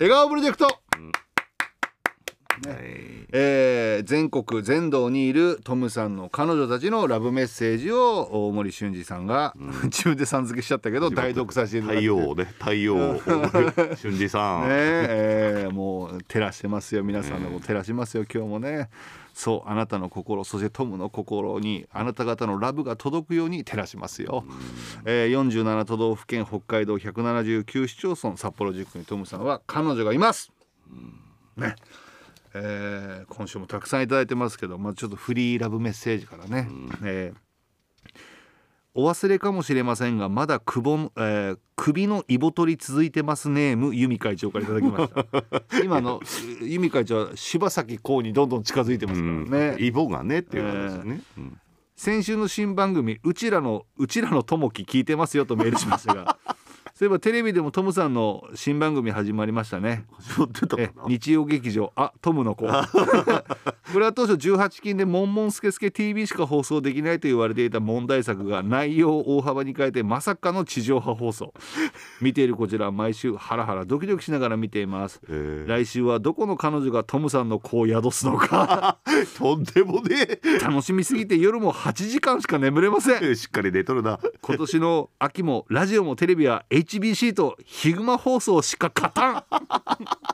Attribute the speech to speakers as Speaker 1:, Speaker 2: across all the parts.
Speaker 1: 笑顔プロジェクト
Speaker 2: はい
Speaker 1: えー全国全道にいるトムさんの彼女たちのラブメッセージを大森俊二さんが、 自分でさん付けしちゃったけど代読させていただいて
Speaker 2: 太陽
Speaker 1: ね
Speaker 2: をね太陽を俊二さん、
Speaker 1: えーもう照らしてますよ皆さんのこと照らしますよ今日もねそうあなたの心そしてトムの心にあなた方のラブが届くように照らしますよ、えー47都道府県北海道179市町村札幌塾にトムさんは彼女がいます、ねえー今週もたくさんいただいてますけど、まあ、ちょっとフリーラブメッセージからね、えーお忘れかもしれませんがまだくぼん、えー首のイボ取り続いてますネーム由美会長からいただきました 今のえー由美会長は柴咲コウにどんどん近づいてますからね、
Speaker 2: イボがねっていう話ですね、うん
Speaker 1: 先週の新番組「うちらのうちらのともき聞いてますよ」とメールしました がそういえばテレビでもトムさんの新番組始まりましたね
Speaker 2: 始まってたか
Speaker 1: え
Speaker 2: な
Speaker 1: 日曜劇場「あトムの子」 これは当初18禁で「モンモンスケスケ TV」しか放送できないと言われていた問題作が内容を大幅に変えてまさかの地上波放送見ているこちらは毎週ハラハラドキドキしながら見ています
Speaker 2: えー
Speaker 1: 来週はどこの彼女がトムさんの子を宿すの か
Speaker 2: とんでもね
Speaker 1: 楽しみすぎて夜も8時間しか眠れません
Speaker 2: えしっかり寝とるな
Speaker 1: 今年の秋もラジオもテレビは HBC とヒグマ放送しか勝たん、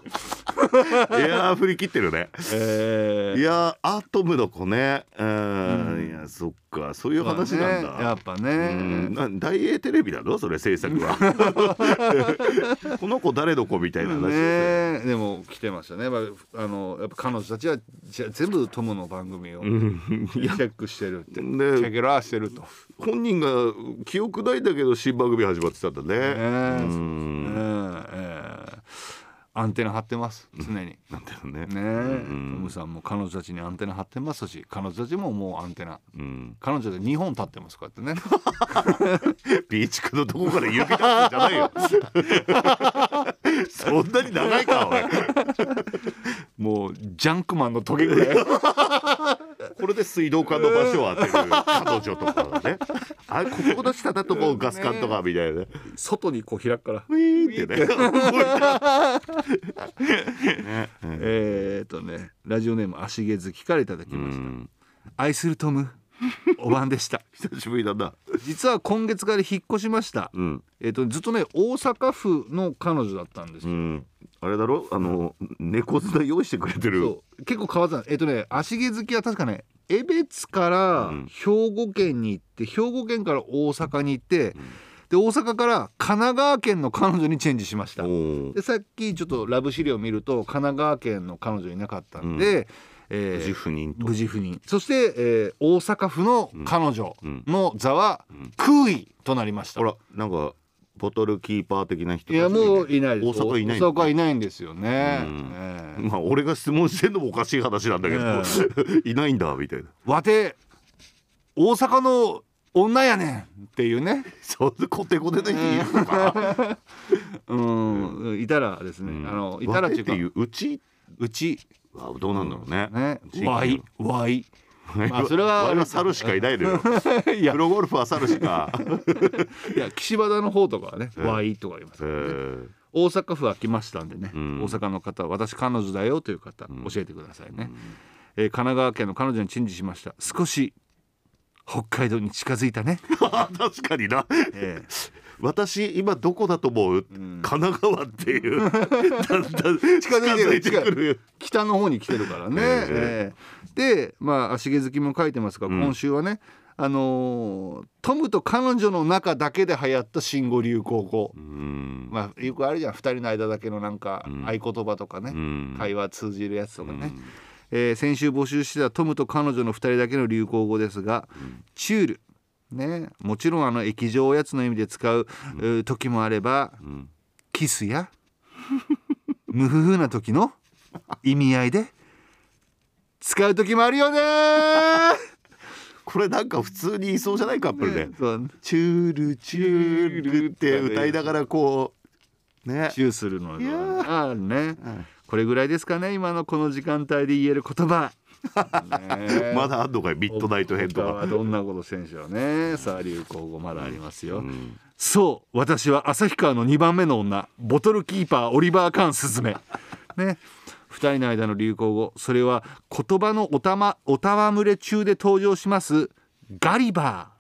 Speaker 2: いやー振り切ってるね
Speaker 1: えー
Speaker 2: いやーアトムの子ねうん、いやそっかそういう話なんだ、
Speaker 1: まあねやっぱね、
Speaker 2: うんな大英テレビなのそれ制作 はこの子誰の子みたいな話、
Speaker 1: ねでも来てましたね、まあ、あのやっぱ彼女たちはじゃ全部トムの番組をチ
Speaker 2: うん
Speaker 1: ェックしてる ってチ
Speaker 2: ね
Speaker 1: ェケラーしてると、ね
Speaker 2: 本人が記憶ないんだけど新番組始まってたんだね、
Speaker 1: えー
Speaker 2: うん
Speaker 1: えーアンテナ張ってます常に、ね
Speaker 2: なんだよね
Speaker 1: え、ト
Speaker 2: ん
Speaker 1: ムさんも彼女たちにアンテナ張ってますし彼女たちももうアンテナ
Speaker 2: うん、
Speaker 1: 彼女で2本立ってますこうやってね
Speaker 2: ビーチクのとこから指出すんじゃ ないよそんなに長いかおい
Speaker 1: もうジャンクマンのトゲぐらい
Speaker 2: これで水道管の場所を当てる彼女とかねあれここの下だとこうガス管とかみたいなね
Speaker 1: 外にこう開くから
Speaker 2: ウィーンってね動いたね
Speaker 1: えー、っとねラジオネーム足毛月からいただき
Speaker 2: う
Speaker 1: ました、
Speaker 2: ん
Speaker 1: 愛するトムお晩でした
Speaker 2: 久しぶりだな
Speaker 1: 実は今月から引っ越しました、
Speaker 2: うん
Speaker 1: えっとずっとね大阪府の彼女だったんです
Speaker 2: う
Speaker 1: よ、
Speaker 2: んあれだろあの猫砂用意してくれてる
Speaker 1: そう結構変わってたえっとね足毛好きは確かね江別から
Speaker 2: うん
Speaker 1: 兵庫県に行って兵庫県から大阪に行って、で大阪から神奈川県の彼女にチェンジしました
Speaker 2: おー
Speaker 1: でさっきちょっとラブ資料を見ると神奈川県の彼女いなかったんで、えー
Speaker 2: 無事不妊と
Speaker 1: 無事不妊そして、えー大阪府の彼女の座は空位となりました、
Speaker 2: ほらなんかボトルキーパー的な人
Speaker 1: いやもういないです
Speaker 2: 大阪いない
Speaker 1: 大阪はいないんですよね、
Speaker 2: うん
Speaker 1: ええ
Speaker 2: まあ俺が質問してんのもおかしい話なんだけど、 いないんだみたいな
Speaker 1: わて大阪の女やねんっていうね
Speaker 2: そんなコテコテの人いるのかな
Speaker 1: うん、いたらですね、あのいたら
Speaker 2: わ
Speaker 1: って
Speaker 2: て
Speaker 1: い
Speaker 2: っ
Speaker 1: う
Speaker 2: て
Speaker 1: か
Speaker 2: いううち
Speaker 1: うち
Speaker 2: あどうなんだろうね。
Speaker 1: ね
Speaker 2: 地域
Speaker 1: わいわいまあそれは
Speaker 2: 我々猿しかいないのよ。
Speaker 1: いや
Speaker 2: プロゴルファー猿し か。
Speaker 1: いや岸和田の方とかはね、わいとか言います
Speaker 2: えー
Speaker 1: 大阪府は来ましたんでね、
Speaker 2: うん
Speaker 1: 大阪の方私彼女だよという方、教えてくださいね、えー神奈川県の彼女にチェンジしました少し北海道に近づいた ね、
Speaker 2: 確かにな。
Speaker 1: ええ
Speaker 2: 私今どこだと思う？神奈川っていう。 だんだん近
Speaker 1: づ
Speaker 2: づ
Speaker 1: い
Speaker 2: い
Speaker 1: て
Speaker 2: て
Speaker 1: くる
Speaker 2: くる。
Speaker 1: 北の方に来てるからね。え
Speaker 2: え
Speaker 1: えでまあ足毛好きも書いてますが
Speaker 2: ん
Speaker 1: 今週はね、あのートムと彼女の中だけで流行った新語・流行語、
Speaker 2: うん。
Speaker 1: まあ、よくあるじゃん2人の間だけのなんか
Speaker 2: うん
Speaker 1: 合言葉とかね、
Speaker 2: うん
Speaker 1: 会話通じるやつとかね、
Speaker 2: うん
Speaker 1: えー先週募集してたトムと彼女の2人だけの流行語ですが「チュール」ね、もちろんあの液状おやつの意味で使う、えー時もあれば
Speaker 2: うん
Speaker 1: キスや 無夫婦な時の意味合いで使う時もあるよね ー
Speaker 2: これなんか普通にいそうじゃないカップルで。
Speaker 1: そう
Speaker 2: チュールチュールって歌いながらこうね。
Speaker 1: チューするの
Speaker 2: いや
Speaker 1: あるね、これぐらいですかね今のこの時間帯で言える言 葉ね
Speaker 2: まだあんのかいミッドナイト編と
Speaker 1: 他
Speaker 2: か。
Speaker 1: はどんなことしてんでしょうねさあ流行語まだありますよ、
Speaker 2: うん
Speaker 1: そう私は旭川の2番目の女ボトルキーパーオリバー・カーンスズメね2人の間の流行語それは言葉のおたまおたわむれ中で登場しますガリバ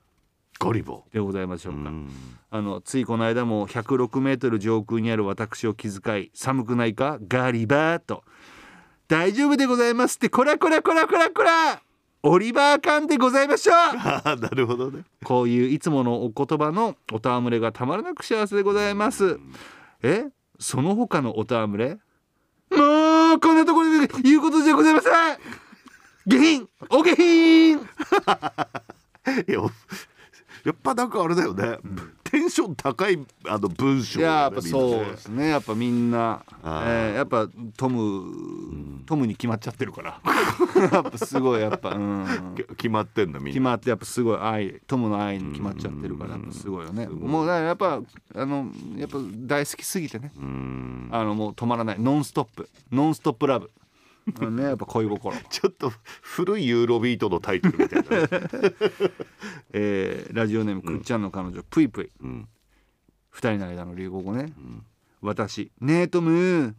Speaker 2: ゴリボ
Speaker 1: ーでございましょう
Speaker 2: ー
Speaker 1: か、
Speaker 2: うん
Speaker 1: あのついこの間も106メートル上空にある私を気遣い寒くないかガリバーと大丈夫でございますってこらこらこらこらこらオリバーカンでございましょう
Speaker 2: ああなるほどね
Speaker 1: こういういつものお言葉のお戯れがたまらなく幸せでございます。え、その他のお戯れ？もうこんなところで言うことじゃございません。下品、お下品。
Speaker 2: いややっぱなんかあれだよね、テンション高いあの文章
Speaker 1: い
Speaker 2: だ
Speaker 1: や
Speaker 2: よね
Speaker 1: やっぱそう
Speaker 2: みんな
Speaker 1: で
Speaker 2: ね
Speaker 1: すね。やっぱみんな、え
Speaker 2: あー
Speaker 1: ーやっぱトムトムに決まっちゃってるから。やっぱすごいやっぱうん。
Speaker 2: き 決まってんのみ
Speaker 1: 決
Speaker 2: んな
Speaker 1: まってやっぱすごい愛友の愛に決まっちゃってるからやっぱすごいよねもうだからやっぱあのやっぱ大好きすぎてね
Speaker 2: うん
Speaker 1: あのもう止まらないノンストップノンストップラブうんねやっぱ恋 心、
Speaker 2: ちょっと古いユーロビートのタイトルみたいなね、
Speaker 1: えーラジオネームくっちゃんの彼女、ぷいぷい
Speaker 2: うん、
Speaker 1: 二人の間の流行語ね、私ねえトム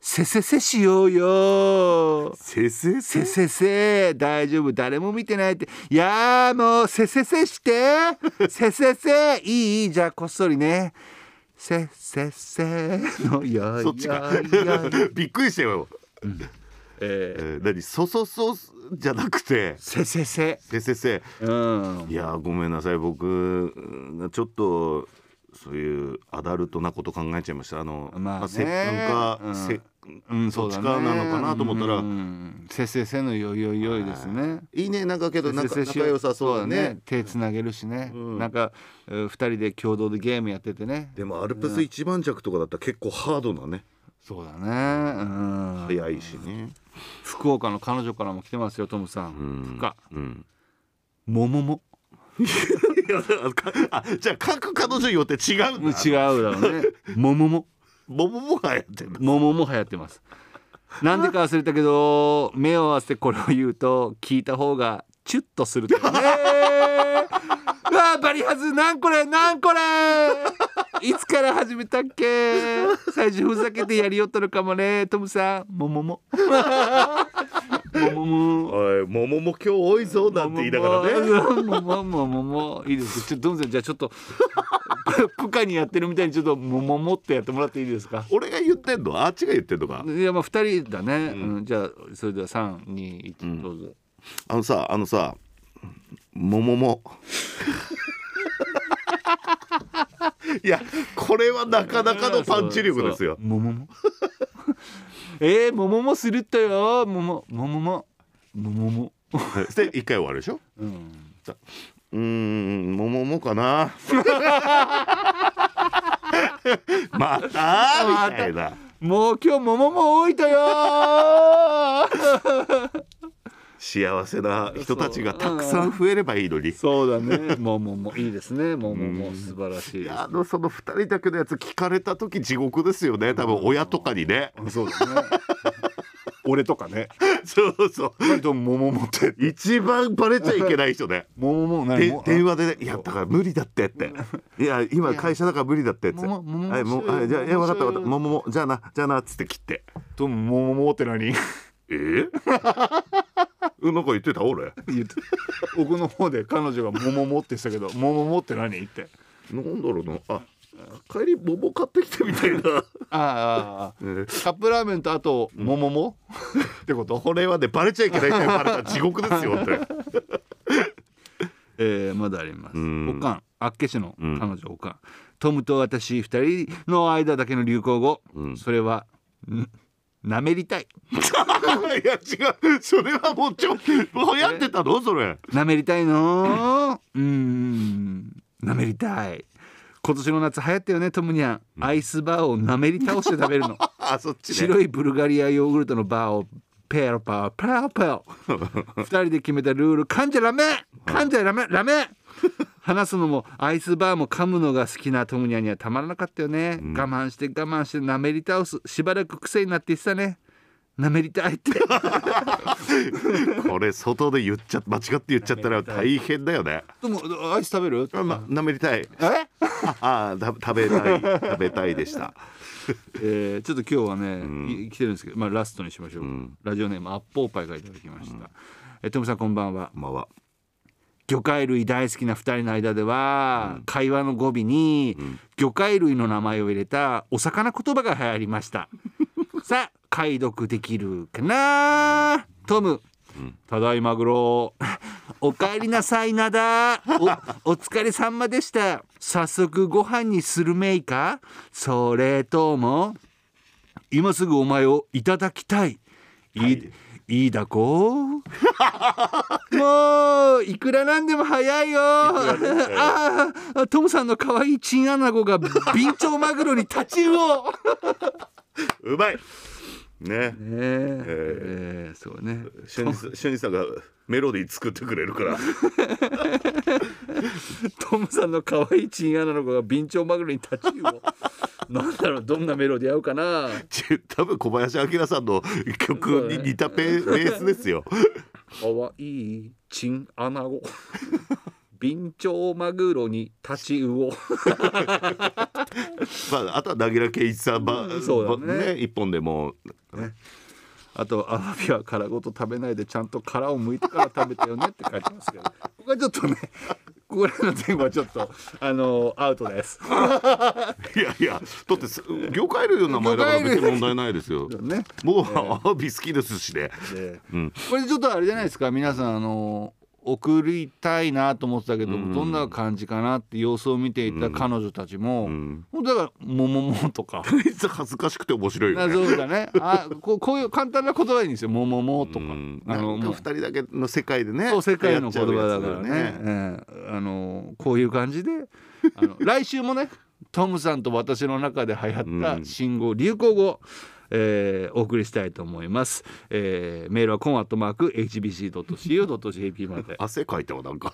Speaker 1: せせせしようよ
Speaker 2: せ せ
Speaker 1: せせせ大丈夫誰も見てないっていやーもうせせせしてせせせいいじゃあこっそりねせせせのや
Speaker 2: そっちか
Speaker 1: やや
Speaker 2: びっくりしたよ、
Speaker 1: え
Speaker 2: え
Speaker 1: ー
Speaker 2: ー、何そそそじゃなくて
Speaker 1: せせせ
Speaker 2: せせせ
Speaker 1: うん
Speaker 2: いやーごめんなさい僕うんちょっとそういうアダルトなこと考えちゃいましたあの、
Speaker 1: まあね
Speaker 2: せなんか、
Speaker 1: うん
Speaker 2: せ
Speaker 1: うん、
Speaker 2: そっち
Speaker 1: そう
Speaker 2: か
Speaker 1: だね
Speaker 2: なのかなと思ったら
Speaker 1: うん、せっせせのよいよいよいですね。
Speaker 2: いいねなんかけどなんか
Speaker 1: せっせし
Speaker 2: 仲
Speaker 1: よう
Speaker 2: 良さそうだね
Speaker 1: 手つなげるしね、
Speaker 2: うん
Speaker 1: なんかえー二人で共同でゲームやっててね。
Speaker 2: でもアルプス一番弱とかだったら結構ハードなね
Speaker 1: そうだね。うん。
Speaker 2: 早いしね
Speaker 1: 福岡の彼女からも来てますよ、トムさ。
Speaker 2: うんん
Speaker 1: か
Speaker 2: うん
Speaker 1: ももも。
Speaker 2: いやかあじゃあ各彼女によって違うんだ
Speaker 1: 違うだろう ね。ももも。
Speaker 2: もももがやってんの
Speaker 1: ももも流行ってます。なんでか忘れたけど、目を合わせてこれを言うと、聞いた方がチュッとするとかね。うわあ、バリハズ、なんこれ、なんこれ。いつから始めたっけ。最初ふざけてやりよったのかもね、トムさん、ももも。ももも。
Speaker 2: おいももも今日多いぞなんて言いながら
Speaker 1: もも
Speaker 2: ね
Speaker 1: ももももいいです。ちょっとトムさんじゃあちょっとこれプカにやってるみたいにちょっともももってやってもらっていいですか。
Speaker 2: 俺が言ってんのあっちが言ってんのか
Speaker 1: いやまあ二人だね、
Speaker 2: う
Speaker 1: うんんじゃあそれでは三二一
Speaker 2: ん
Speaker 1: どうぞ、
Speaker 2: あのさあのさもも もいやこれはなかなかのパンチ力ですよ
Speaker 1: そうもももえー、もももするったよもももももももも
Speaker 2: で一回終わるでしょ
Speaker 1: うん
Speaker 2: うーんもももかなまたみたいな
Speaker 1: もう今日ももも多いとよー
Speaker 2: 幸せな人たちがたくさん増えればいいのに
Speaker 1: そうだねもももいいですねももも素晴らしい
Speaker 2: い
Speaker 1: で
Speaker 2: やあのその2人だけのやつ聞かれた時地獄ですよね多分親とかにね
Speaker 1: すそうだね 俺とかね
Speaker 2: そうそう
Speaker 1: 割ともももって
Speaker 2: 一番バレちゃいけない人ね
Speaker 1: ももも何
Speaker 2: で
Speaker 1: も
Speaker 2: 電話でね「いやだから無理だって」って「いや今会社だから無理だって」って「
Speaker 1: もももも
Speaker 2: はいもうはいじゃあいや分かった分かったもももじゃあなじゃあな」っつって切って
Speaker 1: ともももって何
Speaker 2: 「ええなんか言ってた俺
Speaker 1: 言って奥の方で彼女が「ももも」ってしたけど「ももも」って何って
Speaker 2: なんだろうなあ帰りもも買ってきてみたい な
Speaker 1: ああ
Speaker 2: えー
Speaker 1: カップラーメンとあと「ももも」 ってこと
Speaker 2: これはねバレちゃいけないってバレたら地獄です よって
Speaker 1: えーまだあります
Speaker 2: ん
Speaker 1: おかんあっけ市の
Speaker 2: ん
Speaker 1: 彼女おかんトムと私二人の間だけの流行語
Speaker 2: うん
Speaker 1: それは「んなめりたい」
Speaker 2: いや違うそれはもうちょ流行ってたのそれ
Speaker 1: 「なめりたいのうーんなめりたい」今年の夏流行ったよねトムニャンアイスバーをなめり倒して食 べるの
Speaker 2: あそっちね
Speaker 1: 白いブルガリアヨーグルトのバーをペロパーペロペ ロ二人で決めたルール噛んじゃダメ噛んじゃダメダメ話すのもアイスバーも噛むのが好きなトムニャンにはたまらなかったよね、我慢して我慢して舐めり倒すしばらく癖になっていってたねなめりた いって
Speaker 2: これ外で言っちゃ間違って言っちゃったら大変だよね
Speaker 1: でもアイス食べる
Speaker 2: あま舐めりたい
Speaker 1: え
Speaker 2: ああた食べたい食べたいでした
Speaker 1: えーちょっと今日はね、い来てるんですけど、まあ、ラストにしましょう、ラジオネームアッポーパイがいただきました、えトムさんこんばんは
Speaker 2: まあは
Speaker 1: 魚介類大好きな2人の間では、会話の語尾に、魚介類の名前を入れたお魚言葉が流行りましたさあ解読できるかなトム、ただいまグロ お帰りなさいなだおお疲れ様でした早速ご飯にするめいかそれとも今すぐお前をいただきたいいい,、い、いだこもういくらなんでも早いよ。ああ、トムさんの可愛いチンアナゴがビンチョウマグロに立ち 魚。
Speaker 2: うまいね
Speaker 1: えーえーそうね。
Speaker 2: 俊二さん俊二さんがメロディー作ってくれる から
Speaker 1: トムさんの可愛いチンアナゴがビンチョウマグロに立ち魚。なんだろう、どんなメロディー合うかな。
Speaker 2: ち多分小林明さんの曲に似たペベースですよ
Speaker 1: 可愛いチンアナ ゴ。ビンチョウマグロに立ち魚。
Speaker 2: まああとはなぎら健一さんば、
Speaker 1: うんそうだね
Speaker 2: ば一本でも う
Speaker 1: あとアワビは殻ごと食べないでちゃんと殻を剥いてから食べたよねって書いてますけど、ここはちょっとね、ここら辺の前後はちょっとあのアウトです。
Speaker 2: いやいやだってす魚介類の名前だから別に問題ないですよ
Speaker 1: ね。
Speaker 2: もうアワビ好きですしね
Speaker 1: で
Speaker 2: うん
Speaker 1: これちょっとあれじゃないですか皆さんあの送りたいなと思ってたけど、
Speaker 2: ん
Speaker 1: どんな感じかなって様子を見ていた彼女たちも、
Speaker 2: うん
Speaker 1: 本当だから「ももも」と か。
Speaker 2: こいつ恥ずかしくて面白いよね
Speaker 1: 謎だね。あ、こうこういう簡単な言葉でいいんですよ。もももとか。
Speaker 2: あ
Speaker 1: あの
Speaker 2: の二
Speaker 1: もう
Speaker 2: 人だけの世界でね
Speaker 1: そう世界の言葉
Speaker 2: や
Speaker 1: だ
Speaker 2: っち
Speaker 1: か
Speaker 2: ゃ
Speaker 1: ら
Speaker 2: う
Speaker 1: ね
Speaker 2: やつだよ
Speaker 1: ええあのこういう感じであの 来週もねトムさんと私の中で流行っ
Speaker 2: う
Speaker 1: た
Speaker 2: ん
Speaker 1: 新語・流行語、えーお送りしたいと思います、えーメールはコンアットマーク HBC.CO.JP まで
Speaker 2: 汗かいたわなんか